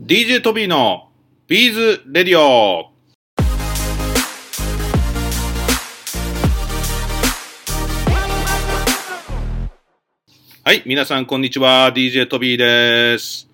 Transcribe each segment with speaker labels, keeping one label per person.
Speaker 1: DJ トビーのビーズレディオ。はい、皆さんこんにちは。DJ トビーです。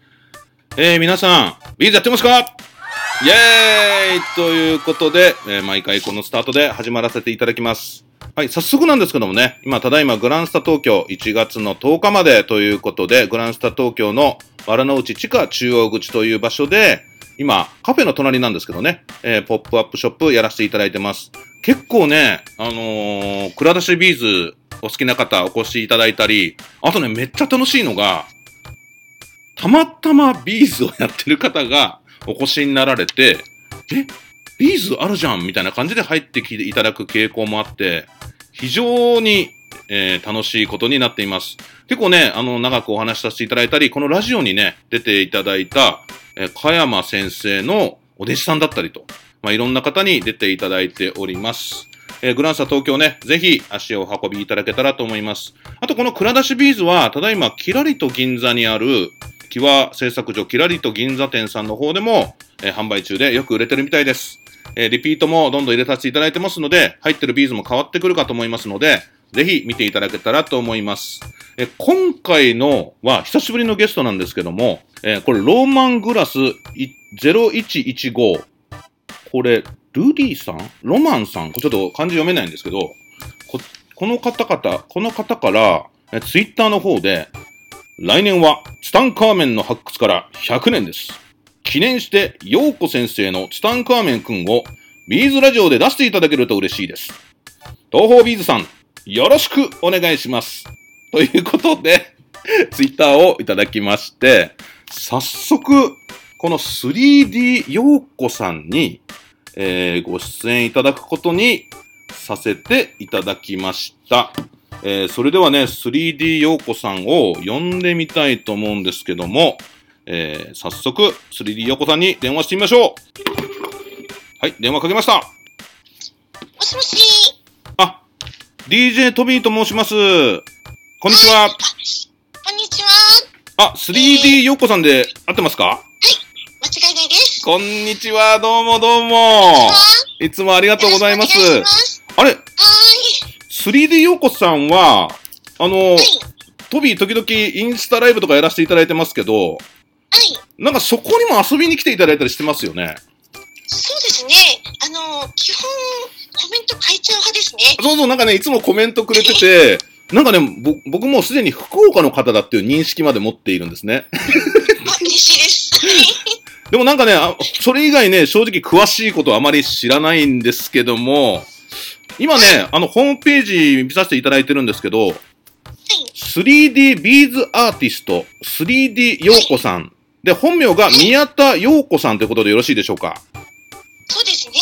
Speaker 1: えー、皆さん、ビーズやってますかイエーイということで、えー毎回このスタートで始まらせていただきます。はい、早速なんですけどもね、今、ただいまグランスタ東京1月の10日までということで、グランスタ東京の藁の内地下中央口という場所で、今、カフェの隣なんですけどね、えーポップアップショップやらせていただいてます。結構ね、あのー、蔵出しビーズお好きな方お越しいただいたり、あとね、めっちゃ楽しいのが、たまたまビーズをやってる方がお越しになられて、えビーズあるじゃんみたいな感じで入ってきていただく傾向もあって、非常に、えー楽しいことになっています。結構ね、あの、長くお話しさせていただいたり、このラジオにね、出ていただいた、えー、加山先生のお弟子さんだったりと、まあ、いろんな方に出ていただいております。えーグランサ東京ね、ぜひ足をお運びいただけたらと思います。あと、この蔵出しビーズは、ただいま、キラリと銀座にある、キワ製作所キラリと銀座店さんの方でも、えー販売中でよく売れてるみたいです。えーリピートもどんどん入れさせていただいてますので、入ってるビーズも変わってくるかと思いますので、ぜひ見ていただけたらと思います。えー今回のは、久しぶりのゲストなんですけども、えーこれ、ローマングラスい0115。これ、ルディさんロマンさんこれちょっと漢字読めないんですけど、ここの方々、この方から、えツイッターの方で、来年はツタンカーメンの発掘から100年です。記念して、陽子先生のツタンカーメンくんをビーズラジオで出していただけると嬉しいです。東方ビーズさん、よろしくお願いします。ということで、 ツイッターをいただきまして、早速、この 3D 陽子さんに、えーご出演いただくことにさせていただきました。えーそれではね、3D 陽子さんを呼んでみたいと思うんですけども、えー早速、3D 陽子さんに電話してみましょう。はい、電話かけました。
Speaker 2: もしもし。
Speaker 1: あ、DJ トビーと申します。こ
Speaker 2: こ
Speaker 1: んにちは。
Speaker 2: こんにちは。
Speaker 1: あ、3D 陽子さんで合ってますか
Speaker 2: 間違いないです。
Speaker 1: こんにちは、どうもどうも。いつもありが
Speaker 2: あ
Speaker 1: とうございます。
Speaker 2: よろしくお願いします
Speaker 1: あれ、
Speaker 2: は
Speaker 1: 3D 陽子さんは、あの、
Speaker 2: ーい。
Speaker 1: トビー時々インスタライブとかやらせていただいてますけど、
Speaker 2: はい。はい。
Speaker 1: なんかそこにも遊びに来ていただいたりしてますよね。
Speaker 2: そうですね。あの、基本、コメント書いちゃう派ですね。
Speaker 1: そうそう、なんかね、いつもコメントくれてて、なんかね、ぼ僕もうすでに福岡の方だっていう認識まで持っているんですね。
Speaker 2: あ、嬉しいです。
Speaker 1: でもなんかね、あそれ以外ね、正直詳しいことはあまり知らないんですけども、今ね、あの、ホームページ見させていただいてるんですけど、3D ビーズアーティスト、3D 陽子さん。で、本名が宮田陽子さんということでよろしいでしょうか
Speaker 2: そうですね。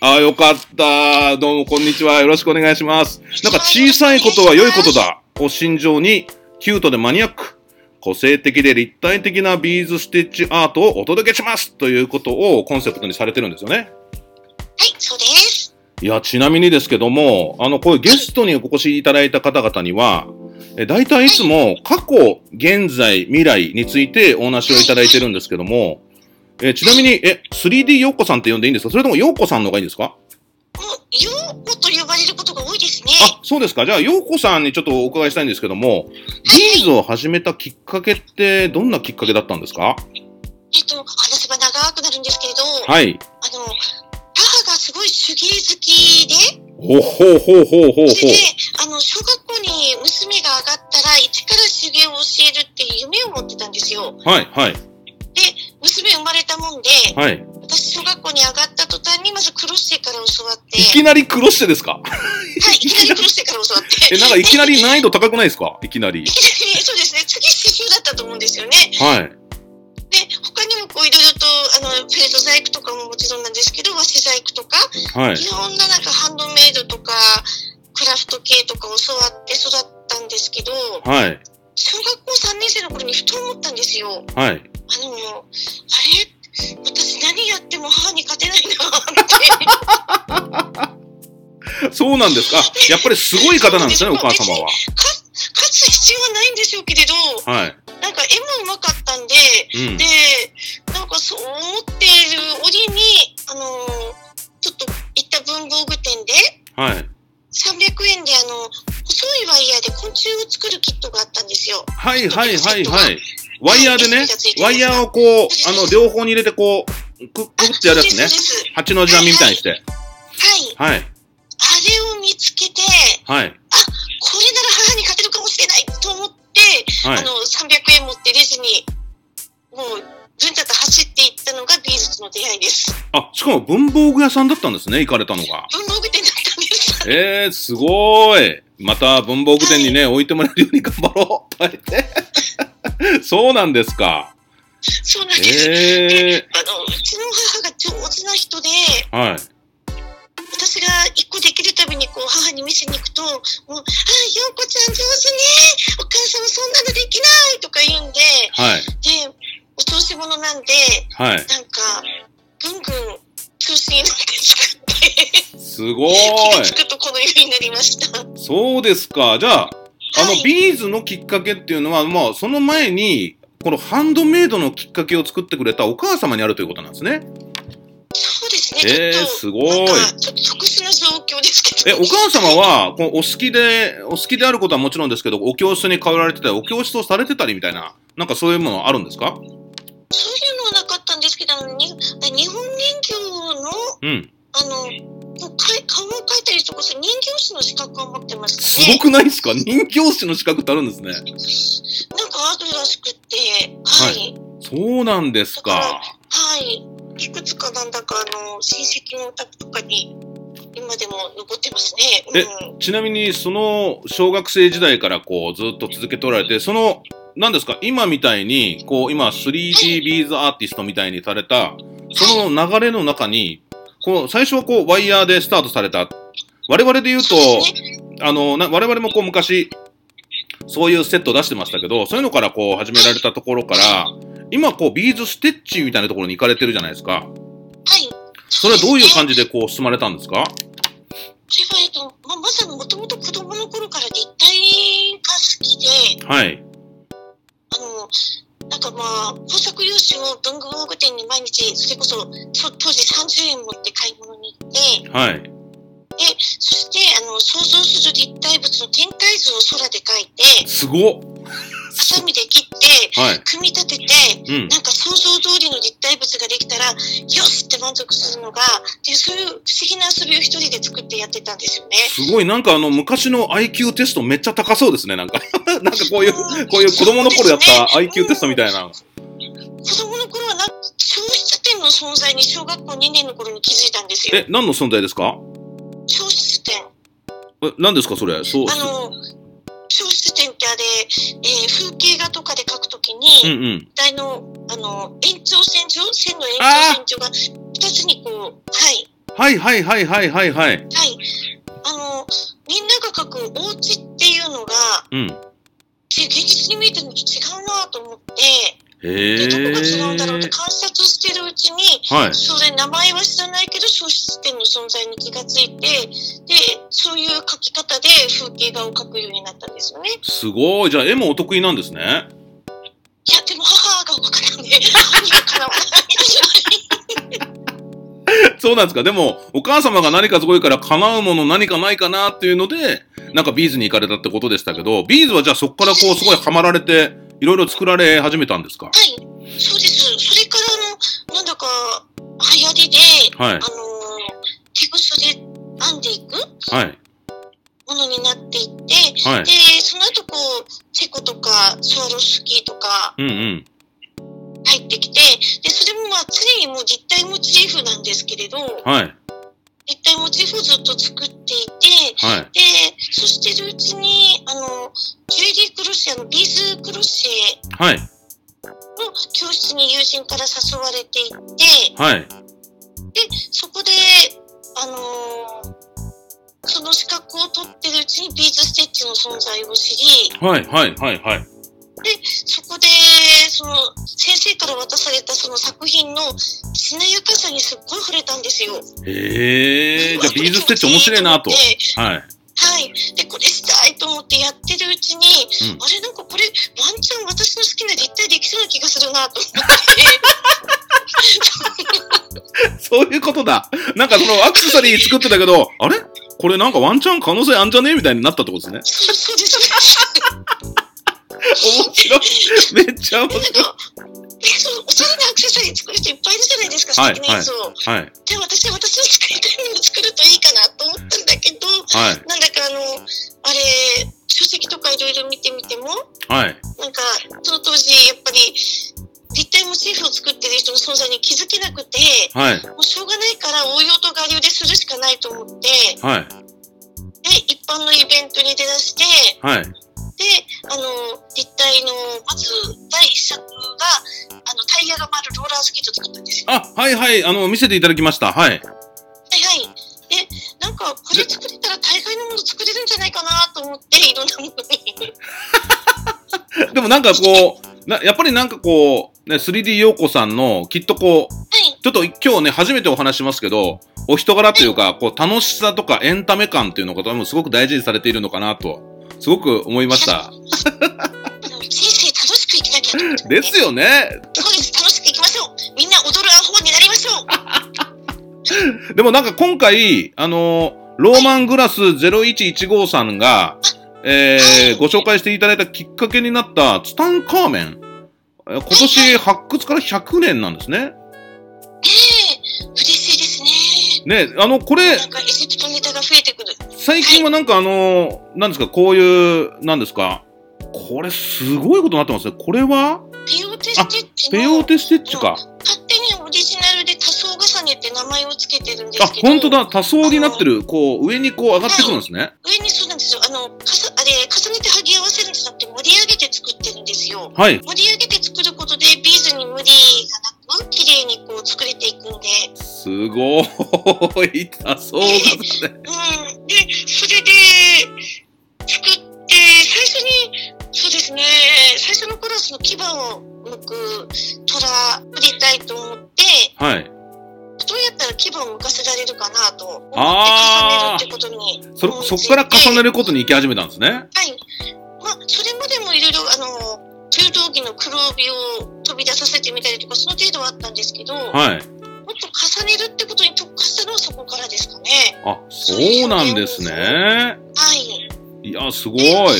Speaker 1: ああ、よかった。どうも、こんにちは。よろしくお願いします。なんか、小さいことは良いことだ。を心情に、キュートでマニアック、個性的で立体的なビーズステッチアートをお届けしますということをコンセプトにされてるんですよね。
Speaker 2: はい、そうです。
Speaker 1: いや、ちなみにですけども、あの、こういうゲストにお越しいただいた方々には、え大体いつも過去、現在、未来についてお話をいただいてるんですけども、えちなみに、え、3D 陽子さんって呼んでいいんですかそれとも陽子さんの方がいいんですか
Speaker 2: もう、ようこと呼ばれることが多いですね。
Speaker 1: あ、そうですか。じゃあ、陽子さんにちょっとお伺いしたいんですけども、ビーズを始めたきっかけって、どんなきっかけだったんですか
Speaker 2: えっと、話せば長くなるんですけれど、あ
Speaker 1: はい。
Speaker 2: の、母がすごい手芸好きで、
Speaker 1: ほほうほうほうほうほう。
Speaker 2: それで、あの、小学校に娘が上がったら、一から手芸を教えるっていう夢を持ってたんですよ。
Speaker 1: はい、はい、
Speaker 2: 娘生まれたもんで、
Speaker 1: はい。
Speaker 2: 私小学校に上がった途端に、まずクロステから教わって、
Speaker 1: いきなりクロッシェですか
Speaker 2: はい、いきなりクロステから教わって。
Speaker 1: え、なんかいきなり難易
Speaker 2: 度
Speaker 1: 度高くないですかいきなり。
Speaker 2: そうですね、次刺繍だったと思うんですよね。
Speaker 1: はい。
Speaker 2: で、他にもこういろいろと、あの、フェルト細工とかももちろんなんですけど、和紙細工とか、
Speaker 1: はい
Speaker 2: い。ろんななんかハンドメイドとか、クラフト系とか教わって育ったんですけど、
Speaker 1: はい。
Speaker 2: 小学校3年生の頃にふと思ったんですよ。
Speaker 1: はい。
Speaker 2: あの、あれ私何やっても母に勝てないなって。
Speaker 1: そうなんですか。あやっぱりすごい方なんですね、お母様は。
Speaker 2: か勝つ必要はないんでしょうけれど、
Speaker 1: はい。
Speaker 2: なんか絵もうまかったんで、
Speaker 1: うん
Speaker 2: で。、なんかそう
Speaker 1: はいはいはいはい。ワイヤーでね
Speaker 2: 電気がつい、てる
Speaker 1: ワイヤーをこう、あの、両方に入れてこう、く、くぐってやるやつね
Speaker 2: そうで。すそう
Speaker 1: 蜂のジャミみたいにして。
Speaker 2: ですはい。
Speaker 1: はい。
Speaker 2: あれを見つけて、
Speaker 1: はい。
Speaker 2: これなら母に勝てるかもしれないと思って、
Speaker 1: は
Speaker 2: あ
Speaker 1: い
Speaker 2: の、。300円持ってレジに、もう、ずんちゃんと走っていったのがビーズとの出会いです。
Speaker 1: あ、しかも文房具屋さんだったんですね、行かれたのが。
Speaker 2: 文房具店だった んです。
Speaker 1: えー、すごーい。また文房具店にね、置いてもらえるように頑張ろう。とか言って そうなんですか。
Speaker 2: そうなんです。
Speaker 1: え
Speaker 2: あの、うちの母が上手な人で、
Speaker 1: ー、はい。
Speaker 2: 私が一個できるたびにこう母に見せに行くと、もう、ああ、ようこちゃん上手ね。お母さんもそんなのできないとか言うんで、
Speaker 1: はい。
Speaker 2: で、お調子者なんで、
Speaker 1: はい。
Speaker 2: なんか、ぐんぐん調子に乗って作って、
Speaker 1: すごーい。
Speaker 2: 気がつくとこのようになりました。
Speaker 1: そうですか。じゃあ、あ
Speaker 2: は
Speaker 1: の、
Speaker 2: い
Speaker 1: ビーズのきっかけっていうのは、まあ、その前に、このハンドメイドのきっかけを作ってくれたお母様にあるということなんですね。
Speaker 2: そうです
Speaker 1: え
Speaker 2: ね、
Speaker 1: ー
Speaker 2: ちょっと、
Speaker 1: すごい
Speaker 2: なんかちょっと特殊な状況ですけ
Speaker 1: え、
Speaker 2: ど。
Speaker 1: お母様は、こうお好きで、お好きであることはもちろんですけど、お教室に通られてたり、お教室をされてたりみたいな、なんかそういうものあるんですか
Speaker 2: そういうのはなかったんですけど、あのに日本人形の、
Speaker 1: うん。
Speaker 2: あの、もうかい顔を描いたりとかする人形師の資格を持ってました
Speaker 1: す
Speaker 2: ね。
Speaker 1: ごくないですか人形師の資格ってあるんですね。
Speaker 2: なんかあるらしくて、はい。
Speaker 1: そうなんですか。
Speaker 2: はい。いくつかなんだか、あの、親戚のお宅とかに、今でも残ってますね。
Speaker 1: え
Speaker 2: うん。
Speaker 1: ちなみに、その、小学生時代からこう、ずっと続けておられて、その、なんですか今みたいに、こう、今 3D ビーズアーティストみたいにされた、その流れの中に、こう、最初はこう、ワイヤーでスタートされた。我々で言うと
Speaker 2: そう、ですね
Speaker 1: あの、な我々もこう昔、そういうセット出してましたけど、そういうのからこう始められたところから、今こうビーズステッチみたいなところに行かれてるじゃないですか。
Speaker 2: はい。
Speaker 1: それはどういう感
Speaker 2: じ
Speaker 1: じでこう進まれたんですか
Speaker 2: それは、えっと、ままさにもともと子供の頃から立体が好きで、
Speaker 1: はい。
Speaker 2: あの、なんかまあ、工作用紙を文具具店に毎日、それこそ、そ当時30円持って買い物に行って、
Speaker 1: はい。
Speaker 2: そして、あの、想像する立体物の天体図を空で描いて、
Speaker 1: すごっ
Speaker 2: ハサミで切って、
Speaker 1: はい。
Speaker 2: 組み立てて、
Speaker 1: うん。
Speaker 2: なんか想像通りの立体物ができたら、よしって満足するのが、っていう、そういう不思議な遊びを一人で作ってやってたんですよね。
Speaker 1: すごい、なんかあの、昔の IQ テストめっちゃ高そうですね、なんか。 なんかこういう、
Speaker 2: うん
Speaker 1: こういう子供の頃やっ
Speaker 2: そう
Speaker 1: た
Speaker 2: ですね
Speaker 1: IQ テストみたいな。
Speaker 2: 子供の頃はなんか、消失点の存在に小学校2年の頃に気づいたんですよ。
Speaker 1: え、何の存在ですか
Speaker 2: 消失点。
Speaker 1: え何ですか、それ。そう。
Speaker 2: あの、小出点ってあれ、えー風景画とかで描くとき
Speaker 1: うんう
Speaker 2: に、
Speaker 1: ん。
Speaker 2: 台の、あの、延長線上、線の延長線上が二つにこう、はい、
Speaker 1: はいはいはいはいはいはい。
Speaker 2: はい。あの、みんなが描くお家っていうのが、
Speaker 1: うん。
Speaker 2: じ現実に見えてるのと違うなと思って、
Speaker 1: へ
Speaker 2: で、
Speaker 1: え。
Speaker 2: どこが違うんだろうって観察してるうちに、
Speaker 1: はい。
Speaker 2: それ名前は知らないけど消失点の存在に気がついてでそういう描き方で風景画を描くようになったんですよね。
Speaker 1: すごい。じゃあ、絵もお得意なんですね。
Speaker 2: いや、でも母が分からんで、何がかなわない。
Speaker 1: そうなんですか。でも、お母様が何かすごいから叶うもの何かないかなっていうので、なんかビーズに行かれたってことでしたけど、ビーズはじゃあそこからこう、すごいハマられて、いろいろ作られ始めたんですか
Speaker 2: はい、そうです。それから、あの、なんだか、流行りで、
Speaker 1: はい
Speaker 2: あの。ー、手ぐすで編んでいく
Speaker 1: はい。
Speaker 2: ものになっていって、
Speaker 1: はい
Speaker 2: で、その後こう、チェコとか、スワロフスキーとか
Speaker 1: うんうん。
Speaker 2: 入ってきて、で、それもまあ常にもう立体モチーフなんですけれど、
Speaker 1: はい。
Speaker 2: 立体モチーフをずっと作っていて、
Speaker 1: はい。
Speaker 2: で、そしてるうちに、あの、ジュエリークロシェ、あの、ビーズクロシェ、
Speaker 1: はい。
Speaker 2: の教室に友人から誘われていって、
Speaker 1: はい。
Speaker 2: そこで、あのーその資格を取ってるうちにビーズステッチの存在を知り、
Speaker 1: はい。はい。はい。はい。
Speaker 2: そこで、その、先生から渡されたその作品のしなやかさにすっごい触れたんですよ。
Speaker 1: へえ。じゃあ、ビーズステッチ面白いなと
Speaker 2: で。
Speaker 1: はい。
Speaker 2: はい。で、これしたいと思ってやってるうちに、
Speaker 1: うん
Speaker 2: あれ、なんかこれ、ワンチャン私の好きな立体できそうな気がするなと 思って。
Speaker 1: そういうことだ。なんかそのアクセサリー作ってたけど、あれこれなんかワンチャン可能性あんじゃねえみたいになったってことですね。
Speaker 2: そうそうです。
Speaker 1: 面白い。 めっちゃ面
Speaker 2: なん
Speaker 1: 白い。
Speaker 2: か、ね、そのおしゃれなアクセサリー作る人いっぱいいるじゃないですか、素
Speaker 1: はい
Speaker 2: 敵なやつ
Speaker 1: はい。
Speaker 2: を。で、私は私の作りたいものを作るといいかなと思ったんだけど、
Speaker 1: はい。
Speaker 2: なんだかあの、あれ、書籍とかいろいろ見てみても、
Speaker 1: はい。
Speaker 2: なんか、その当時、やっぱり、立体モチーフを作ってる人の存在に気づけなくて、
Speaker 1: はい。
Speaker 2: もうしょうがないから応用と我流でするしかないと思って、
Speaker 1: はい。
Speaker 2: で、一般のイベントに出だして、
Speaker 1: はい。
Speaker 2: で、あの、立体の、まず、第一作が、あの、タイヤが回るローラースケートを作ったんですよ。
Speaker 1: あ、はいはい。あの、見せていただきました。はい。
Speaker 2: はいはい。で、なんか、これ作れたら大概のもの作れるんじゃないかなと思って、いろんなものに。
Speaker 1: でもなんかこう、なやっぱりなんかこう、ね、3D 陽子さんの、きっとこう、
Speaker 2: はい。
Speaker 1: ちょっと今日ね、初めてお話しますけど、お人柄というか、こう、楽しさとかエンタメ感っていうのが多分すごく大事にされているのかなと、すごく思いました。
Speaker 2: あの人生楽しく生きなきゃと思って、
Speaker 1: ですよね。
Speaker 2: そうです。楽しく生きましょう。みんな踊るアホになりましょう。
Speaker 1: でもなんか今回、あのーローマングラス0115さんが、え
Speaker 2: はい
Speaker 1: ー、ご紹介していただいたきっかけになったツタンカーメン。えー今年発掘から100年なんですね。
Speaker 2: ねえ、嬉しいです
Speaker 1: ね、
Speaker 2: ね。
Speaker 1: あの、これ、
Speaker 2: なんかエジプトネタが増えてくる。
Speaker 1: 最近はなんかあのーなんですか、こういう、なんですか、これすごいことになってますね。これは、
Speaker 2: ペヨーテステッチの
Speaker 1: ペヨーテステッチか。
Speaker 2: 勝手にオリジナルで多層重ねって名前をつけてるんで
Speaker 1: あ、
Speaker 2: すけど
Speaker 1: 本当だ、多層になってる。こう、上にこう上がってくるんですね。
Speaker 2: 上にそうなんですよあのかさあれ重ねて剥ぎ合わせるんじゃなくて盛り上げて作ってるんですよ
Speaker 1: はい。
Speaker 2: 盛り上げて作ることでビーズに無理がなく綺麗にこう作れていくんで、
Speaker 1: すごい、多層がね。
Speaker 2: うん、でそれで作って最初にそうですね最初の頃はその牙を剥く虎をりたいと思って
Speaker 1: はい。
Speaker 2: どうやったら牙を剥かせられるかなと思って重ねる
Speaker 1: あー
Speaker 2: ってことに
Speaker 1: それそこから重ねることに行き始めたんですね。
Speaker 2: はい。まあ、それまでもいろいろ、あの、柔道着の黒帯を飛び出させてみたりとか、その程度はあったんですけど、もっ
Speaker 1: はい。
Speaker 2: と重ねるってことに特化したのはそこからですかね。
Speaker 1: あ、そうなんですね。
Speaker 2: はい。
Speaker 1: いや、すごい。は
Speaker 2: は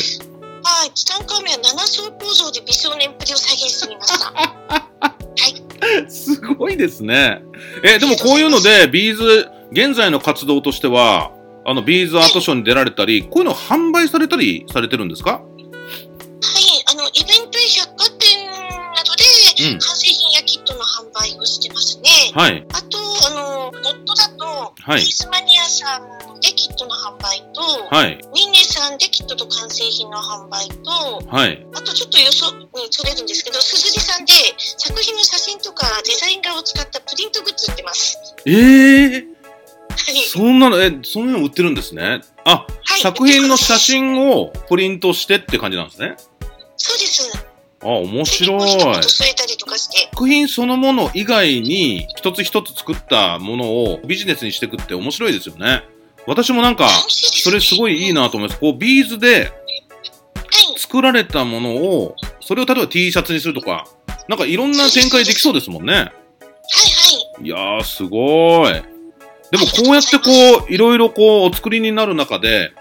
Speaker 2: い。チタンカーメンは7層構造で美少年ぶりを再現してみ ました。
Speaker 1: い。 すごいですね。え、でもこういうので、ビーズ、現在の活動としては、あの、ビーズアートショーに出られたり、こういうの販売されたりされてるんですか
Speaker 2: はい。あの、イベントや百貨店などで、
Speaker 1: うん
Speaker 2: 完成品やキットの販売をしてますね。
Speaker 1: はい。
Speaker 2: あと、あの、ネットだと、ピ
Speaker 1: はい
Speaker 2: ースマニアさんでキットの販売と、
Speaker 1: はい。
Speaker 2: ニンネさんでキットと完成品の販売と、
Speaker 1: はい。
Speaker 2: あとちょっとよそにそれるんですけど、すずりさんで作品の写真とかデザイン画を使ったプリントグッズ売ってます。
Speaker 1: えー、
Speaker 2: はい。
Speaker 1: そんなの、え、そんなの売ってるんですね。あ、
Speaker 2: はい
Speaker 1: 作品の写。真をプリントしてって感じなんですね。
Speaker 2: そうです。
Speaker 1: あ、面白
Speaker 2: 結構一
Speaker 1: い
Speaker 2: 言。添えたりとかして。
Speaker 1: 作品そのもの以外に一つ一つ作ったものをビジネスにしていくって面白いですよね。私もなんか、
Speaker 2: 楽しいです
Speaker 1: そ
Speaker 2: ね
Speaker 1: れすごいいい
Speaker 2: は
Speaker 1: なと思います。こう、ビーズで
Speaker 2: い。
Speaker 1: 作られたものを、それを例えば T シャツにするとか、なんかいろんな展開できそうですもんね。
Speaker 2: はいはい。
Speaker 1: いやー、すごい。でもこうやってこう、いろいろこう、お作りになる中で、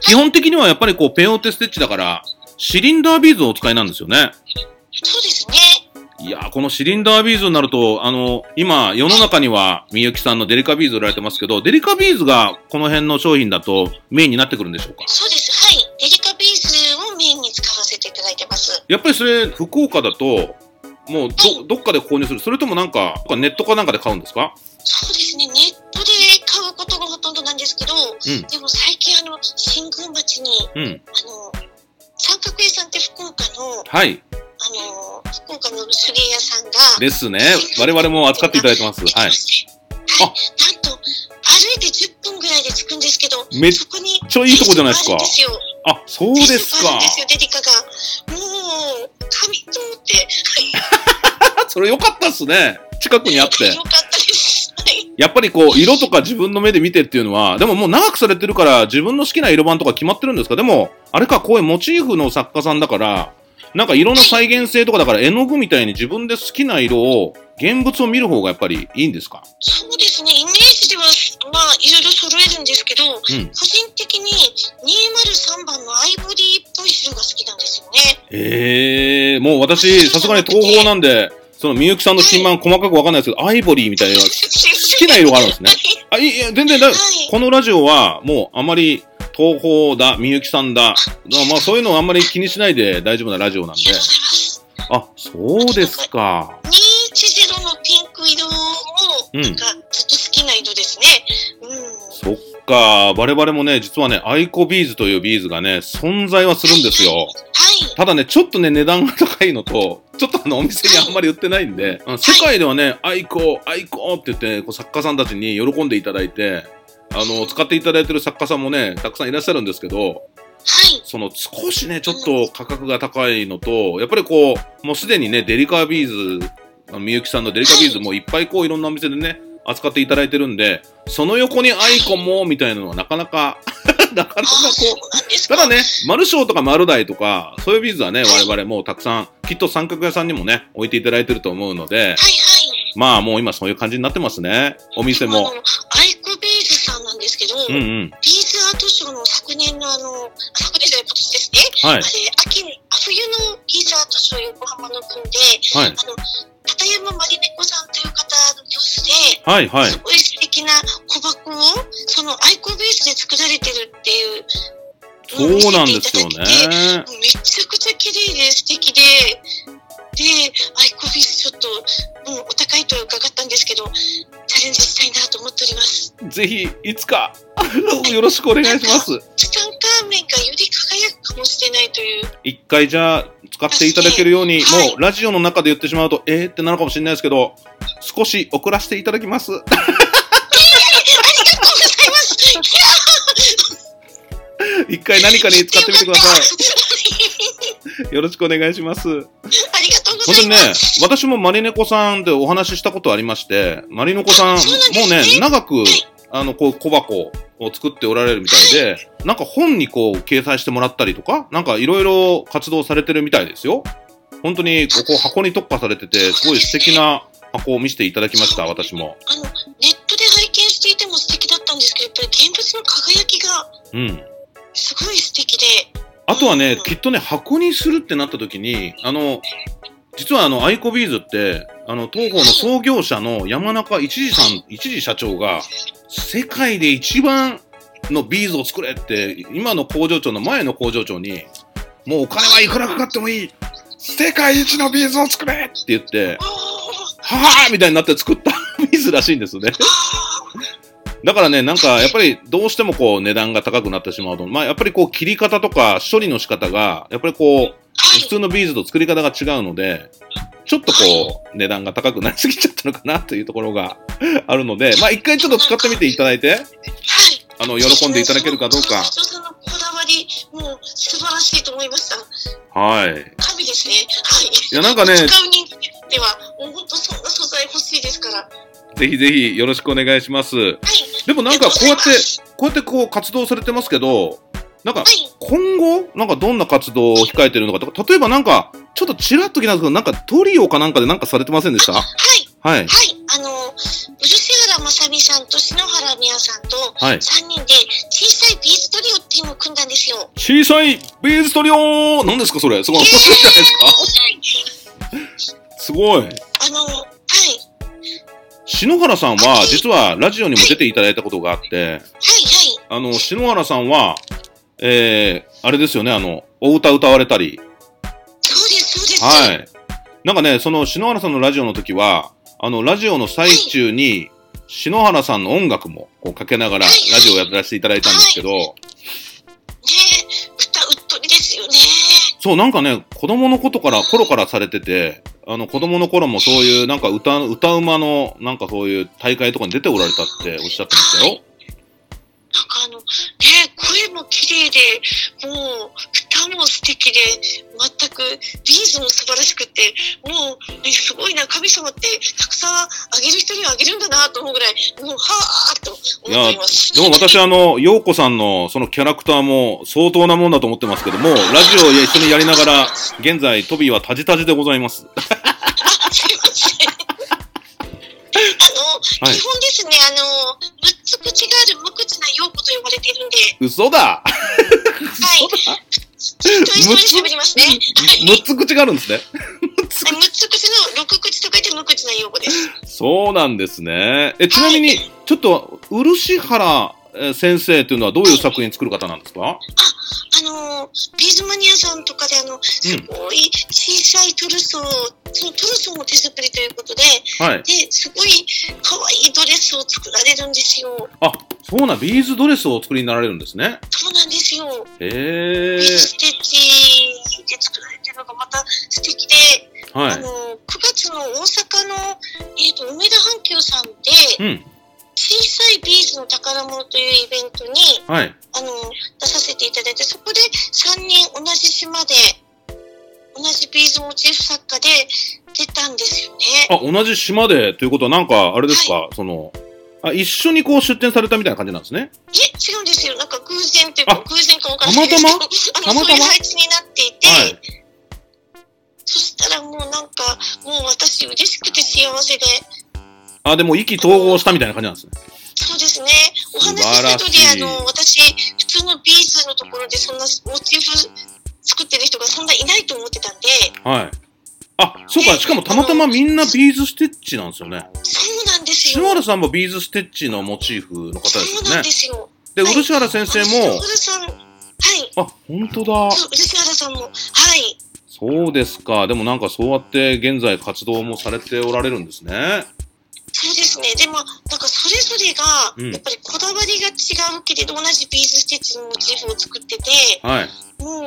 Speaker 1: 基本的にはやっぱりこう、ペンオテステッチだから、シリンダービーズをお使いなんですよね。
Speaker 2: そうですね。
Speaker 1: いやーこのシリンダービーズになると、あの、今、世の中には、みゆきさんのデリカビーズ売られてますけど、デリカビーズがこの辺の商品だとメインになってくるんでしょうか
Speaker 2: そうです。はい。デリカビーズをメインに使わせていただいてます。
Speaker 1: やっぱりそれ、福岡だと、もうど、どっかで購入するそれともなんか、ネットかなんかで買うんですか
Speaker 2: そうですね。ネットで買うことがほとんどなんですけど、
Speaker 1: ん
Speaker 2: でも最近あの、新宮町に、
Speaker 1: うん。
Speaker 2: あの、三角屋さんって福岡の、
Speaker 1: はい。
Speaker 2: あの、福岡の手芸屋さんが、
Speaker 1: ですね。我々も扱っていただいてます。
Speaker 2: できま
Speaker 1: はい。
Speaker 2: して
Speaker 1: あ
Speaker 2: はい。なんと、歩いて10分ぐらいで着くんですけど、
Speaker 1: めっ
Speaker 2: そこに、
Speaker 1: ちゃいいとこじゃないですか
Speaker 2: フェスが
Speaker 1: あ、そう
Speaker 2: あるん
Speaker 1: で
Speaker 2: ですす
Speaker 1: か
Speaker 2: よ。フェスがあるんですよ、デリカが。もう、神と思って、は
Speaker 1: あそれよかったっすね。近く
Speaker 2: い。
Speaker 1: にあって
Speaker 2: よ。かったです。はい。
Speaker 1: やっぱりこう、色とか自分の目で見てっていうのは、でももう長くされてるから、自分の好きな色番とか決まってるんですかでも、あれか、こういうモチーフの作家さんだから、なんか色の再現性とかだから、絵の具みたいに自分で好きな色を、現物を見る方がやっぱりいいんですか
Speaker 2: そうですね、イメージでは、まあ、いろいろ揃えるんですけど、
Speaker 1: うん。
Speaker 2: 個人的に203番のアイボリーっぽい白が好きなんですよ。ね。
Speaker 1: ええもう私、さすがに東宝なんで、そのみゆきさんの金満細かくわかんないですけど、アイボリーみた いな、
Speaker 2: 好
Speaker 1: きな色があるんですねあ、いいや、全然だ、
Speaker 2: はい。
Speaker 1: このラジオはもうあまり東宝だ、みゆきさんだ、まあそういうのをあんまり気にしないで大丈夫なラジオなんで
Speaker 2: ありがとうござい、ます。
Speaker 1: あ、そうですか。
Speaker 2: 210のピンク色も、
Speaker 1: うん
Speaker 2: なんか、ずっと好きな色ですね。うん。
Speaker 1: そっか、我々もね、実はね、アイコビーズというビーズがね、存在はするんですよ。
Speaker 2: はい。
Speaker 1: ただね、ちょっとね、値段が高いのと、ちょっとあの、お店にあんまり売ってないんで、うん世界ではね、アイコ、アイコって言って、こう作家さんたちに喜んでいただいて、あの、使っていただいてる作家さんもね、たくさんいらっしゃるんですけど、
Speaker 2: はい。
Speaker 1: その少しね、ちょっと価格が高いのと、やっぱりこう、もうすでにね、デリカビーズ、あのみゆきさんのデリカビーズもいっぱいこう、いろんなお店でね、扱っていただいてるんで、その横にアイコンも、みたいなのはなかなか、 なかなかこ
Speaker 2: あ、そう
Speaker 1: う、
Speaker 2: なんです
Speaker 1: た
Speaker 2: か。
Speaker 1: だね、丸章とか丸大とか、そういうビーズはね、我々もうたくさん、きっと三角屋さんにもね、置いていただいてると思うので、
Speaker 2: はいはい。
Speaker 1: まあもう今そういう感じになってますね。お店
Speaker 2: であ
Speaker 1: も。
Speaker 2: のアイコビーズさんなんですけど、
Speaker 1: うんうん。
Speaker 2: ビーズアートショーの昨年のあの、昨年じゃない今年ですね。
Speaker 1: はい
Speaker 2: あれ。、秋に、あ冬のビーズアートショー横浜の分で、
Speaker 1: はい。
Speaker 2: あの、片山まりねこさんという方の様子で、
Speaker 1: はいはい
Speaker 2: す。ごい素敵な小箱を、そのアイコンベースで作られてるっていう。
Speaker 1: そうなんですよね。
Speaker 2: もうめちゃくちゃ綺麗で素敵で、で、アイコンベースちょっと、うん、お高いと伺ったんですけど、チャレンジしたいなと思っております。
Speaker 1: ぜひ、いつか、 よろしくお願いします。
Speaker 2: ツタンカーメンがより輝くかもしれないという。
Speaker 1: 一回じゃあ、使っていただけるように、
Speaker 2: はい
Speaker 1: もうラジオの中で言ってしまうと、えーってなるかもしれないですけど、少し送らせていただきます。
Speaker 2: ありがとうございます。
Speaker 1: 一回何かに使ってみてくださ
Speaker 2: い。
Speaker 1: い。よろしくお願いします。
Speaker 2: ありがとうご
Speaker 1: 本
Speaker 2: ざ
Speaker 1: 当
Speaker 2: い
Speaker 1: に
Speaker 2: ま
Speaker 1: ね
Speaker 2: す。、
Speaker 1: 私もマリネコさんでお話ししたことありまして、マリネコさん、
Speaker 2: あそうなんですね
Speaker 1: もうね、長く
Speaker 2: い、
Speaker 1: あの、こう、小箱を作っておられるみたいで、なんか本にこう、掲載してもらったりとか、なんかいろいろ活動されてるみたいですよ。本当に、ここ箱に特化されてて、すごい素敵な箱を見せていただきました、私も。
Speaker 2: あの、ネットで拝見していても素敵だったんですけど、やっぱり現物の輝きが
Speaker 1: うん。
Speaker 2: すごい素敵で。
Speaker 1: あとはね
Speaker 2: うん、
Speaker 1: きっとね、箱にするってなった時に、あの、実はあの、アイコビーズって、あの、東方の創業者の山中一次さん、一次社長が、世界で一番のビーズを作れって、今の工場長の前の工場長に、もうお金はいくらかかってもいい世界一のビーズを作れって言って、
Speaker 2: あー
Speaker 1: はぁーみたいになって作った ビーズらしいんですね。
Speaker 2: あ
Speaker 1: だからね、なんかやっぱりどうしてもこう値段が高くなってしまうと、まあやっぱりこう切り方とか処理の仕方が、やっぱりこう、
Speaker 2: ー、はい
Speaker 1: 普。通のビーズと作り方が違うので、ちょっとこう、値段が高くなりすぎちゃったのかなというところがあるので、まあ一回ちょっと使ってみていただいて、
Speaker 2: はい。
Speaker 1: あの、喜んでいただけるかどうか。
Speaker 2: 社長さんのこだわり、もう素晴らしいと思いました。
Speaker 1: はい。
Speaker 2: 神ですね。はい。
Speaker 1: いやなんかね
Speaker 2: 使う人では、もう本当そんな素材欲しいですから。はい。
Speaker 1: ぜひぜひよろしくお願いします。でもなんかこうやって、こうやってこう活動されてますけど、なんか
Speaker 2: はい。
Speaker 1: 今後、なんかどんな活動を控えてるのかとか、例えばなんか、ちょっとちらっときなんですけど、なんかトリオかなんかでなんかされてませんでした
Speaker 2: はい。
Speaker 1: はい。
Speaker 2: はい。あの、漆原まさみさんと篠原美也さんと、
Speaker 1: はい。
Speaker 2: 3人で小さいビーズトリオっていうのを組んだんですよ。
Speaker 1: 小さいビーズトリオ何ですかそれすごい。面白いじゃないですか すごい。
Speaker 2: あの、はい、
Speaker 1: 篠原さんは、実はラジオにも出ていただいたことがあって、
Speaker 2: はい、
Speaker 1: あの、篠原さんは、えー、あれですよね、あの、お歌歌われたり、
Speaker 2: はい。そうです、そうです。
Speaker 1: は
Speaker 2: はい。
Speaker 1: い。なんかね、その篠原さんのラジオの時は、あの、ラジオの最中に、篠原さんの音楽もこうかけながらラジオをやらせていただいたんですけど、
Speaker 2: ねえ、歌うっとりですよね。
Speaker 1: そう、なんかね、子供のことから、頃からされてて、あの、子供の頃もそういう、なんか歌、歌うまの、なんかそういう大会とかに出ておられたっておっしゃってましたよ。
Speaker 2: なんかあの、ねえ、声も綺麗で、もう、歌も素敵で、全く、ビーズも素晴らしくて、もう、ね、すごいな、神様って、たくさんあげる人にはあげるんだなと思うぐらい、もう、はーっと思っています。
Speaker 1: でも私あの、ようこさんのそのキャラクターも相当なもんだと思ってますけども、ラジオを一緒にやりながら、現在トビーはタジタジでございます。
Speaker 2: すいません。あの、
Speaker 1: はい
Speaker 2: 基本ですね、あの、六つ口がある無口な陽子と呼ばれているんで、
Speaker 1: 嘘だ
Speaker 2: はい。人と一緒に喋りますね。 はい。
Speaker 1: 6つ口があるんですね。
Speaker 2: あ六つ口の六口と書いて無口な用語です。
Speaker 1: そうなんですね。え、ちなみに、ちょっと、漆原えー先生というのはどういう作品作る方なんですか
Speaker 2: あのー、ビーズマニアさんとかであの、すごい小さいトルソー、そのトルソーも手作りということで、
Speaker 1: はい。
Speaker 2: で、すごい可愛いドレスを作られるんですよ。
Speaker 1: あ、そうなん、ビーズドレスをお作りになられるんですね。
Speaker 2: そうなんですよ。
Speaker 1: へ
Speaker 2: ビーズス
Speaker 1: え。
Speaker 2: テッチで作られてるのがまた素敵で、
Speaker 1: は
Speaker 2: あ
Speaker 1: い
Speaker 2: の。ー、9月の大阪の、えっ、と、梅田阪急さんで、
Speaker 1: うん。
Speaker 2: 小さいビーズの宝物というイベントに、
Speaker 1: はい。
Speaker 2: あの、出させていただいて、そこで3人同じ島で、同じビーズモチーフ作家で出たんですよね。
Speaker 1: あ、同じ島でということは、なんか、あれですか、その、あ、一緒にこう出展されたみたいな感じなんですね。
Speaker 2: いえ、違うんですよ。なんか偶然というか
Speaker 1: あ、
Speaker 2: 偶然かわからないですけど、あ
Speaker 1: たまたま
Speaker 2: の、そういう配置になっていて、
Speaker 1: はい
Speaker 2: そしたらもうなんか、もう私嬉しくて幸せで、
Speaker 1: あ、でも意気投合したみたいな感じなんですね。
Speaker 2: そうですね。お話しした
Speaker 1: 素晴
Speaker 2: と
Speaker 1: らし
Speaker 2: で、
Speaker 1: い
Speaker 2: あの、私、普通のビーズのところでそんなモチーフ作ってる人がそんないないと思ってたんで、
Speaker 1: はい。あ、そうか、しかもたまたまみんなビーズステッチなんですよね。
Speaker 2: そうなんですよ。
Speaker 1: 篠原さんもビーズステッチのモチーフの方です
Speaker 2: そう
Speaker 1: よ
Speaker 2: なん
Speaker 1: ね
Speaker 2: で。すよ。
Speaker 1: で、
Speaker 2: はい
Speaker 1: 漆原先生
Speaker 2: あ
Speaker 1: も
Speaker 2: そう、ですそうですはい。
Speaker 1: あ、本当だ。
Speaker 2: そう漆原さんも、はい。
Speaker 1: そうですか。でもなんかそうやって現在活動もされておられるんですね。
Speaker 2: そうですね。でも、なんかそれぞれが
Speaker 1: うん、
Speaker 2: やっぱりこだわりが違うけれど、同じビーズステッチのモチーフを作ってて、
Speaker 1: はい。
Speaker 2: も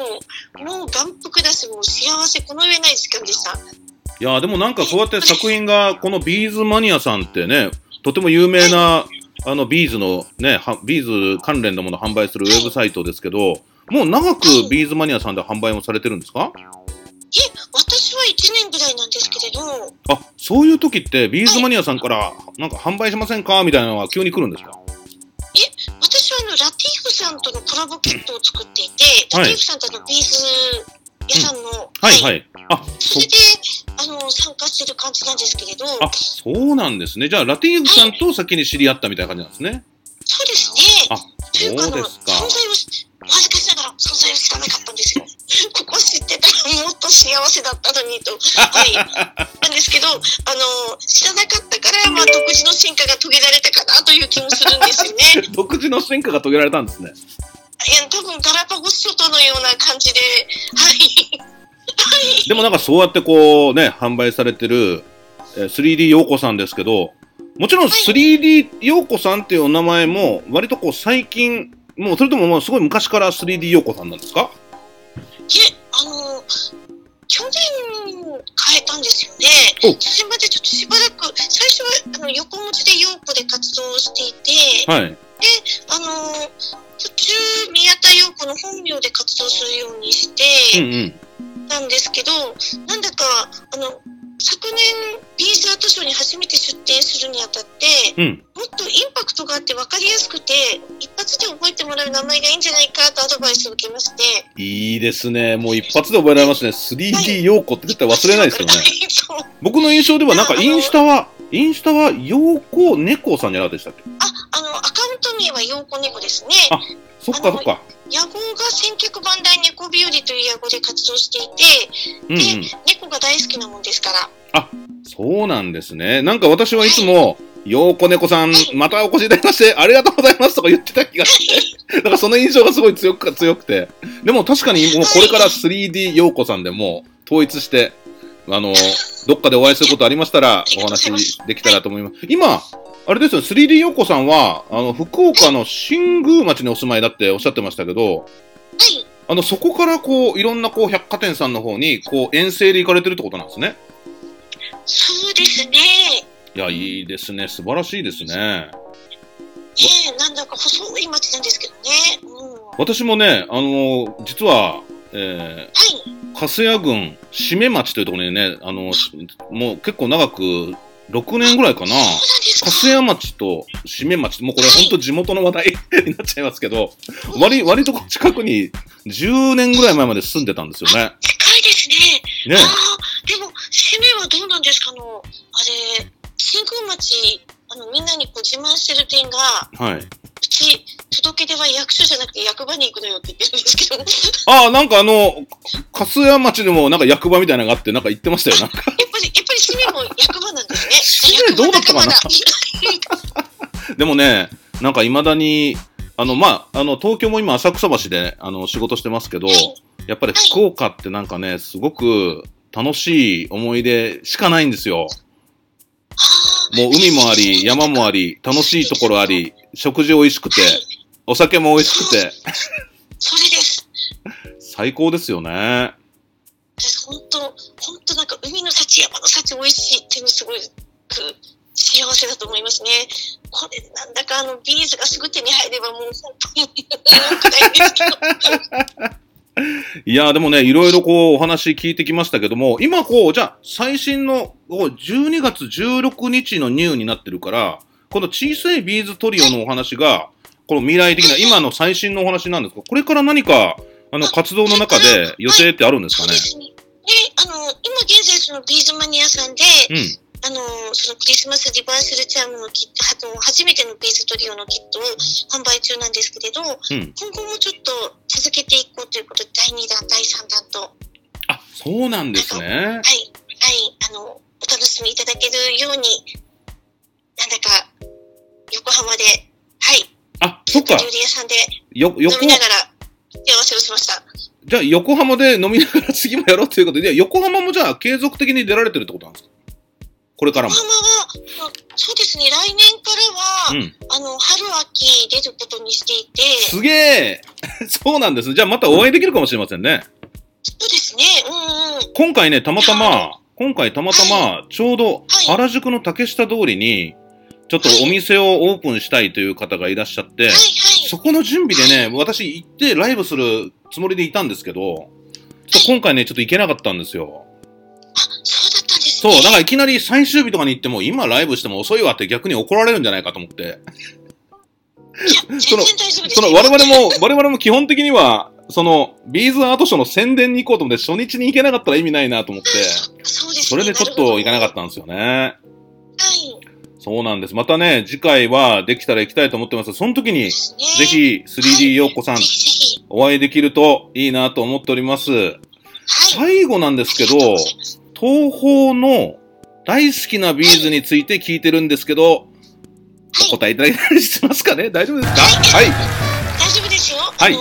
Speaker 2: う、もう眼福だし、もう幸せ、この上ない時間でした。
Speaker 1: いやーでもなんかそうやって作品が、このビーズマニアさんってね、とても有名な、あの、ビーズのね、はビーズ関連のものを販売するウェブサイトですけど、もう長くビーズマニアさんで販売もされてるんですか
Speaker 2: え、私は1年ぐらいなんですけれど、あ、
Speaker 1: あ、そういう時って、ビーズマニアさんから、なんか販売しませんかみたいなのが急に来るんですか
Speaker 2: 私はあの、ラティーフさんとのコラボキットを作っていて、
Speaker 1: はい
Speaker 2: ラティーフさんとあのビーズ屋さんの、
Speaker 1: はいはい。あ、
Speaker 2: そ
Speaker 1: そ
Speaker 2: れで、あの、参加してる感じなんですけれど、
Speaker 1: あ、そうなんですね。じゃあ、ラティーフさんと先に知り合ったみたいな感じなんですね。
Speaker 2: そうですね。
Speaker 1: あ、
Speaker 2: とい
Speaker 1: そう
Speaker 2: うか、あの、
Speaker 1: で
Speaker 2: 存
Speaker 1: す
Speaker 2: 在
Speaker 1: か。
Speaker 2: をし、お恥ずかしながら存在を知らなかったんですよ。 ここ知ってたらもっと幸せだったのにと。はい。なんですけど、あの、知らなかったから、まあ、独自の進化が遂げられたかなという気もするんで すよね。
Speaker 1: 独自の進化が遂げられたんですね。
Speaker 2: いや多分ガラパゴス諸島のような感じで、はい。
Speaker 1: でもなんかそうやってこうね、販売されてる、えー 3D 陽子さんですけど、もちろん 3D 陽子さんっていうお名前も、割とこう最近、もうそれとももうすごい昔から 3D 陽子さんなんですか
Speaker 2: いえ、あの、去年変えたんですよね
Speaker 1: お。
Speaker 2: それまでちょっとしばらく、最初はあの横文字でヨーコで活動をしていて、
Speaker 1: はい。
Speaker 2: あの途中宮田陽子の本名で活動するようにし
Speaker 1: うん
Speaker 2: て
Speaker 1: うん。
Speaker 2: たんですけど、なんだかあの昨年ビーズアートショーに初めて出展するにあたって
Speaker 1: うん。
Speaker 2: もっとインパクトがあって分かりやすくて一発で覚えてもらう名前がいいんじゃないかとアドバイスを受けまして
Speaker 1: いいですね。もう一発で覚えられますね。3D 陽子って絶対忘れないですよね。
Speaker 2: そう
Speaker 1: 僕の印象ではなんかインスタは、インスタは陽子猫さんじゃなかったでしたっけ
Speaker 2: ああのアカウント名は陽子猫ですね
Speaker 1: あそっかそっか。
Speaker 2: 野号が千客万代猫日和という野号で活動していて
Speaker 1: うんうん。
Speaker 2: 猫が大好きなもんで すから
Speaker 1: そうなんですね。なんか私はいつも、ようこ猫さん、またお越しいただきまして、ありがとうございますとか言ってた気がして、なんかその印象がすごい強く、強くて。でも確かにもうこれから 3D ようこさんでもう統一して、あの、どっかでお会いすることありましたら、お話できたらと思います。今、あれですよ、3D ようこさんは、あの、福岡の新宮町にお住まいだっておっしゃってましたけど、
Speaker 2: はい
Speaker 1: あの、そこからこう、いろんなこう、百貨店さんの方に、こう、遠征で行かれてるってことなんですね。
Speaker 2: そうですね。
Speaker 1: いや、いいですね。素晴らしいですね。
Speaker 2: ねえ、なんだか細い町なんですけどね。うん。は
Speaker 1: 私もね、あのー実は、え
Speaker 2: い。
Speaker 1: ー、粕谷郡、締め町というところにね、あのーしもう結構長く、6年ぐらいかな、
Speaker 2: そうなんですか。
Speaker 1: 粕谷町と締め町、もうこれほんと地元の話題 になっちゃいますけど、割、割とこう近くに10年ぐらい前まで住んでたんですよね。
Speaker 2: 近いです
Speaker 1: ね
Speaker 2: ね。あ。あ、でも、締めはどうなんですかあの、あれ、新宮町、あの、みんなにこう自慢してる点が、
Speaker 1: はい。
Speaker 2: うち、届け出は役所じゃなくて役場に行くのよって言ってるんですけど、
Speaker 1: ああ、なんかあの、粕屋町でもなんか役場みたいなのがあって、なんか言ってましたよ。なんか、
Speaker 2: やっぱり、やっぱり締めも役場なんですね。
Speaker 1: 締めどうだったかな
Speaker 2: 役場仲間だ
Speaker 1: でもね、なんか未だに、あの、まあ、あの、東京も今浅草橋で、あの、仕事してますけど、やっぱり福岡ってなんかね、すごく楽しい思い出しかないんですよ。
Speaker 2: あー
Speaker 1: もう海もあり、山もあり、楽しいところあり、食事美味しくて、お酒も美味しくて、
Speaker 2: それです。
Speaker 1: 最高ですよね。
Speaker 2: 私、本当、本当なんか海の幸、山の幸、美味しいっていうのすごく幸せだと思いますね。これ、なんだかあの、ビーズがすぐ手に入ればもう本当に良くないですけど。
Speaker 1: いやーでもね、いろいろこうお話聞いてきましたけども、今こう、じゃあ最新のこう12月16日のニューになってるから、この小さいビーズトリオのお話が、この未来的な今の最新のお話なんですが、これから何か、あの、活動の中で予定ってあるんです
Speaker 2: そ
Speaker 1: か
Speaker 2: う
Speaker 1: ね
Speaker 2: ですね。で、あの、今現在そのビーズマニアさんで、
Speaker 1: う
Speaker 2: あの、そのクリスマスリバーシルチャームのキット、あの初めてのビーズトリオのキットを販売中なんですけれど、
Speaker 1: ん、うん。
Speaker 2: 今後もちょっと続けていこうということで、第2弾、第3弾と、は
Speaker 1: あ、そうなんですね。
Speaker 2: い、はい、あの、お楽しみいただけるように、なんだか、横浜で、はい、
Speaker 1: あ、そっか。
Speaker 2: 料理屋さんで
Speaker 1: よ、
Speaker 2: 飲
Speaker 1: 横、
Speaker 2: みながら、手合わせをしました。
Speaker 1: じゃあ横浜で飲みながら次もやろうということで、いや横浜もじゃあ継続的に出られてるってことなんですかこれからも
Speaker 2: 横。浜は、あそうですね、来年からは、
Speaker 1: うん。
Speaker 2: あの、春秋出ることにしていて、
Speaker 1: すげえ そうなんですね。じゃあまたお会いできるかもしれませんね。
Speaker 2: そうですね、うんうん。
Speaker 1: 今回ね、たまたま、今回たまたま、ちょうど
Speaker 2: はい
Speaker 1: 原宿の竹下通りに、ちょっとお店をオープンしたいという方がいらっしゃって
Speaker 2: はい、はい。
Speaker 1: そこの準備でね、私行ってライブするつもりでいたんですけど、ちょっと今回ね、ちょっと行けなかったんですよ。
Speaker 2: あ、そうだったんです
Speaker 1: そ
Speaker 2: ね。
Speaker 1: う、だからいきなり最終日とかに行っても、今ライブしても遅いわって逆に怒られるんじゃないかと思って。
Speaker 2: いや、全然大丈夫で
Speaker 1: そ
Speaker 2: すよ。
Speaker 1: の我々も、我々も基本的には、その、ビーズアートショーの宣伝に行こうと思って、初日に行けなかったら意味ないなと思って、
Speaker 2: そうですね
Speaker 1: それでちょっと行かなかったんですよね。
Speaker 2: た。はい。
Speaker 1: そうなんです。またね、次回はできたら行きたいと思ってます。その時に、ぜ
Speaker 2: ぜ
Speaker 1: ひ 3D 陽子さん
Speaker 2: ぜひぜひ。
Speaker 1: お会いできるといいなと思っております。
Speaker 2: はい。
Speaker 1: 最後なんですけど
Speaker 2: ありがとうございます
Speaker 1: 東方の大好きなビーズについて聞いてるんですけど、
Speaker 2: はい
Speaker 1: お答えいただいたりしますかね 大丈夫ですか
Speaker 2: はい
Speaker 1: はい。
Speaker 2: 大丈夫ですよ。
Speaker 1: は
Speaker 2: はいい。あ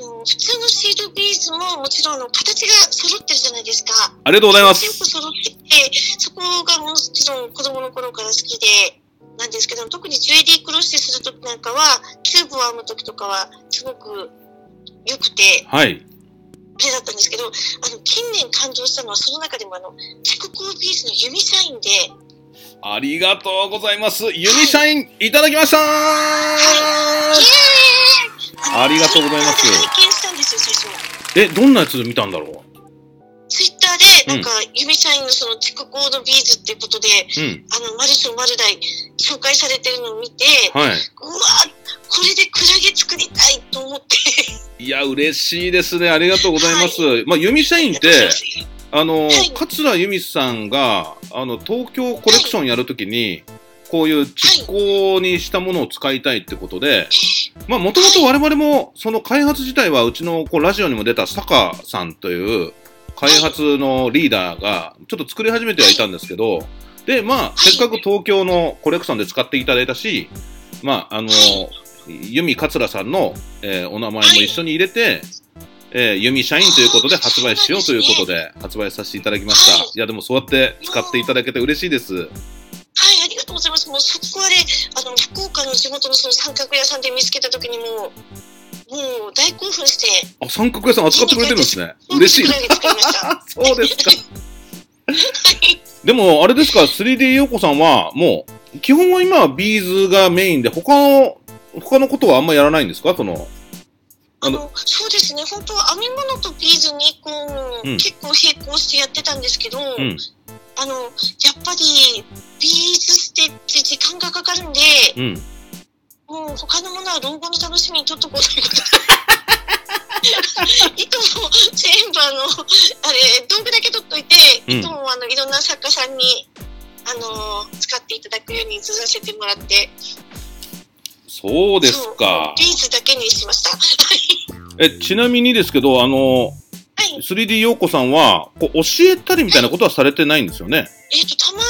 Speaker 2: の普通のシールビーズももちろんあの形が揃ってるじゃないですか。
Speaker 1: ありがとうございます
Speaker 2: 全。部揃ってて、そこがもちろん子供の頃から好きで、なんですけど、特にジュエリークロスするときなんかは、チューブを編むときとかは、すごく良くて、
Speaker 1: はい。
Speaker 2: あれだったんですけど、あの、近年感動したのは、その中でもあの、着工ピースの弓サインで、
Speaker 1: ありがとうございます。ユニ社員いただきましたありがとうございます
Speaker 2: ツイッターで拝見したんですよ、最初は。
Speaker 1: え、どんなやつ見たんだろ
Speaker 2: ツイッターで、なんか、弓サインのその筑工のビーズっていうことで、
Speaker 1: ううん。
Speaker 2: あの、マルションマルダイ紹介されてるのを見て、
Speaker 1: は
Speaker 2: うわこれでクラゲ作りたいと思って。
Speaker 1: い。いや、嬉しいですね。ありがとうございます。まあ、ユミ社員っ
Speaker 2: そう
Speaker 1: て
Speaker 2: で、すね
Speaker 1: あの、
Speaker 2: い
Speaker 1: 桂由美さんが、あの、東京コレクションやるときに、こういう実行にしたものを使いたいってことで、まあ、もともと我々も、その開発自体は、うちのこうラジオにも出た坂さんという、開発のリーダーが、ちょっと作り始めてはいたんですけど、で、まあ、せっかく東京のコレクションで使っていただいたし、まあ、あの、由美桂さんの、えーお名前も一緒に入れて、えー、弓社員ということで発売しようということで発売させていただきました。
Speaker 2: はい
Speaker 1: いや、でもそうやって使っていただけて嬉しいです。
Speaker 2: はい、ありがとうございます。もうそこはね、あの、福岡の地元のその三角屋さんで見つけたときにもう、もう大興奮して、
Speaker 1: あ、三角屋さん扱ってくれてるんですね。嬉しい
Speaker 2: ク。ラゲ作りました。は
Speaker 1: あ、そうですか。
Speaker 2: い
Speaker 1: でも、あれですか、3D 陽子さんは、もう、基本は今はビーズがメインで、他の、他のことはあんまやらないんですかその、あ
Speaker 2: あ
Speaker 1: の
Speaker 2: のそうですね、本当は編み物とビーズにこう、
Speaker 1: うん
Speaker 2: 結構並行してやってたんですけど、
Speaker 1: うん。
Speaker 2: あのやっぱりビーズステって時間がかかるんで、
Speaker 1: うん。
Speaker 2: もう他のものは老後の楽しみにとっとこうとい うことで。糸も全部あの、あれ、道具だけ取っといて、
Speaker 1: うん
Speaker 2: 糸もあのいろんな作家さんにあの使っていただくように移させてもらって、
Speaker 1: そうですか
Speaker 2: そう。ビーズだけにしました。
Speaker 1: え、ちなみにですけど、あの、
Speaker 2: はい。
Speaker 1: 3D 陽子さんは、こう、教えたりみたいなことはされてないんですよね。
Speaker 2: えっ、と、たまに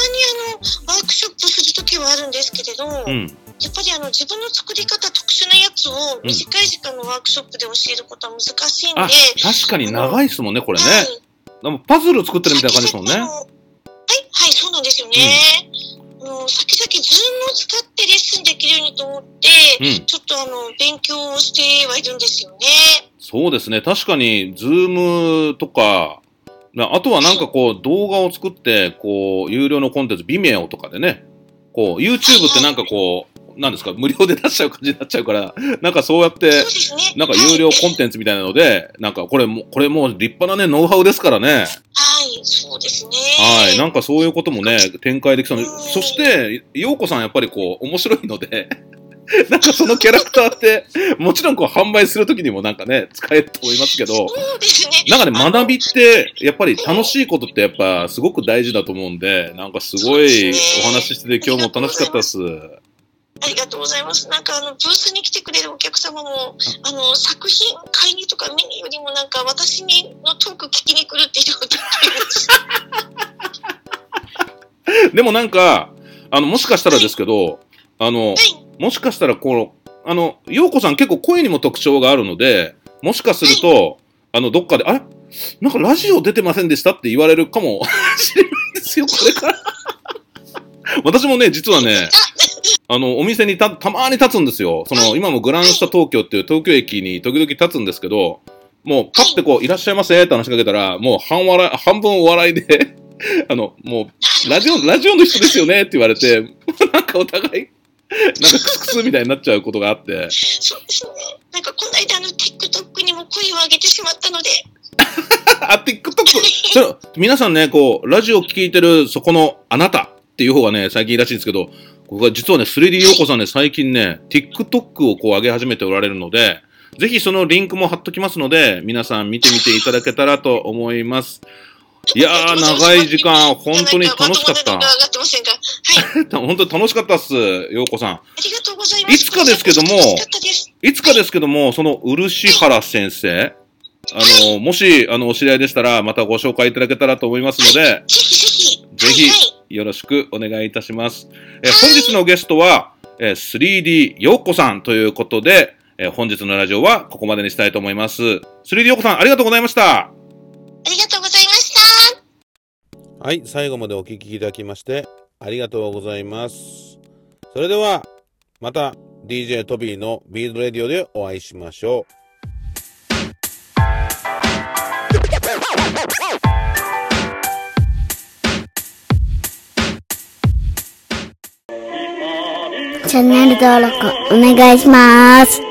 Speaker 2: あの、ワークショップするときはあるんですけれど、
Speaker 1: うん。
Speaker 2: やっぱりあの、自分の作り方、特殊なやつを短い時間のワークショップで教えることは難しいんで、
Speaker 1: あ、確かに長いですもんね、これね。
Speaker 2: はい
Speaker 1: でもパズル作ってるみたいな感じですもんね。
Speaker 2: はい、はい、そうなんですよね。あの先々、ズームを使ってレッスンできるようにと思って、
Speaker 1: うん
Speaker 2: ちょっとあの、勉強をしてはいるんですよね。
Speaker 1: そうですね。確かに、ズームとか、なあとはなんかこう、動画を作って、こう、有料のコンテンツ、Vimeo とかでね、こう、YouTube ってなんかこう、なんですか、無料で出しちゃう感じになっちゃうから、なんかそうやっ
Speaker 2: そう
Speaker 1: て
Speaker 2: で、すね。
Speaker 1: なんか有料
Speaker 2: はい
Speaker 1: コンテンツみたいなので、なんかこれも、これもう立派なね、ノウハウですからね。
Speaker 2: はい、そうですね。
Speaker 1: はい。な
Speaker 2: は
Speaker 1: んかそういうこともね、展開できそうな
Speaker 2: うん
Speaker 1: そして、ようこさんやっぱりこう、面白いので、なんかそのキャラクターって、もちろんこう、販売するときにもなんかね、使えると思いますけど、
Speaker 2: そうですね。
Speaker 1: なんかね、学
Speaker 2: び
Speaker 1: びって、やっぱり楽しいことってやっぱ、すごく大事だと思うんで、なんかすごいお話ししてて今日も楽しかったです。
Speaker 2: ありがとうございます。なんかあの、ブースに来てくれるお客様も、あの、作品会議とか見によりもなんか私にのトーク聞きに来るっていうことがあり ます。
Speaker 1: でもなんか、あの、もしかしたらですけど、あの、
Speaker 2: はい。
Speaker 1: もしかしたらこの、あの、ようこさん結構声にも特徴があるので、もしかすると、あの、どっかで、あれなんかラジオ出てませんでしたって言われるかも しれないですよ、これから。 私もね、実はね、あの、お店にた、たまに立つんですよ。その、今もグランスタ東京っていう東京駅に時々立つんですけど、もう、パッてこう、いらっしゃいませって話しかけたら、もう半笑い、半分お笑いで、 あの、もう、ラジオ、ラジオの人ですよねって言われて、 なんかお互い、なんかクスクスみたいになっちゃうことがあって、
Speaker 2: そうですね。なんかこの間あの、TikTok にも声を上げてしまったので、
Speaker 1: あ、TikTok! それ皆さんね、こう、ラジオ聞いてるそこのあなたっていう方がね、最近いいらしいんですけど、僕は実はね、3D 陽子さんね、最近ね、TikTok をこう上げ始めておられるので、ぜひそのリンクも貼っときますので、皆さん見てみていただけたらと思います。 いやー、長い時間、本当に楽しかっ
Speaker 2: なんまともなの
Speaker 1: た
Speaker 2: が。上がってませんが、はい。
Speaker 1: 本当に楽しかったっす、陽子さん。
Speaker 2: ありがとうございます。
Speaker 1: いつかですけども
Speaker 2: 楽しかったです。
Speaker 1: いつかですけども、その漆原先生、あの、もし、あの、お知り合いでしたら、またご紹介いただけたらと思いますので、
Speaker 2: ぜひぜひ。
Speaker 1: ぜひ
Speaker 2: はいはい。
Speaker 1: よろしくお願いいたします。えー本日のゲストは、えー 3D 陽子さんということで、えー本日のラジオはここまでにしたいと思います。3D 陽子さん、ありがとうございました。
Speaker 2: ありがとうございました。
Speaker 3: はい、最後までお聞きいただきましてありがとうございます。それではまた DJ トビーのビードレディオでお会いしましょう。
Speaker 4: チャンネル登録お願いします。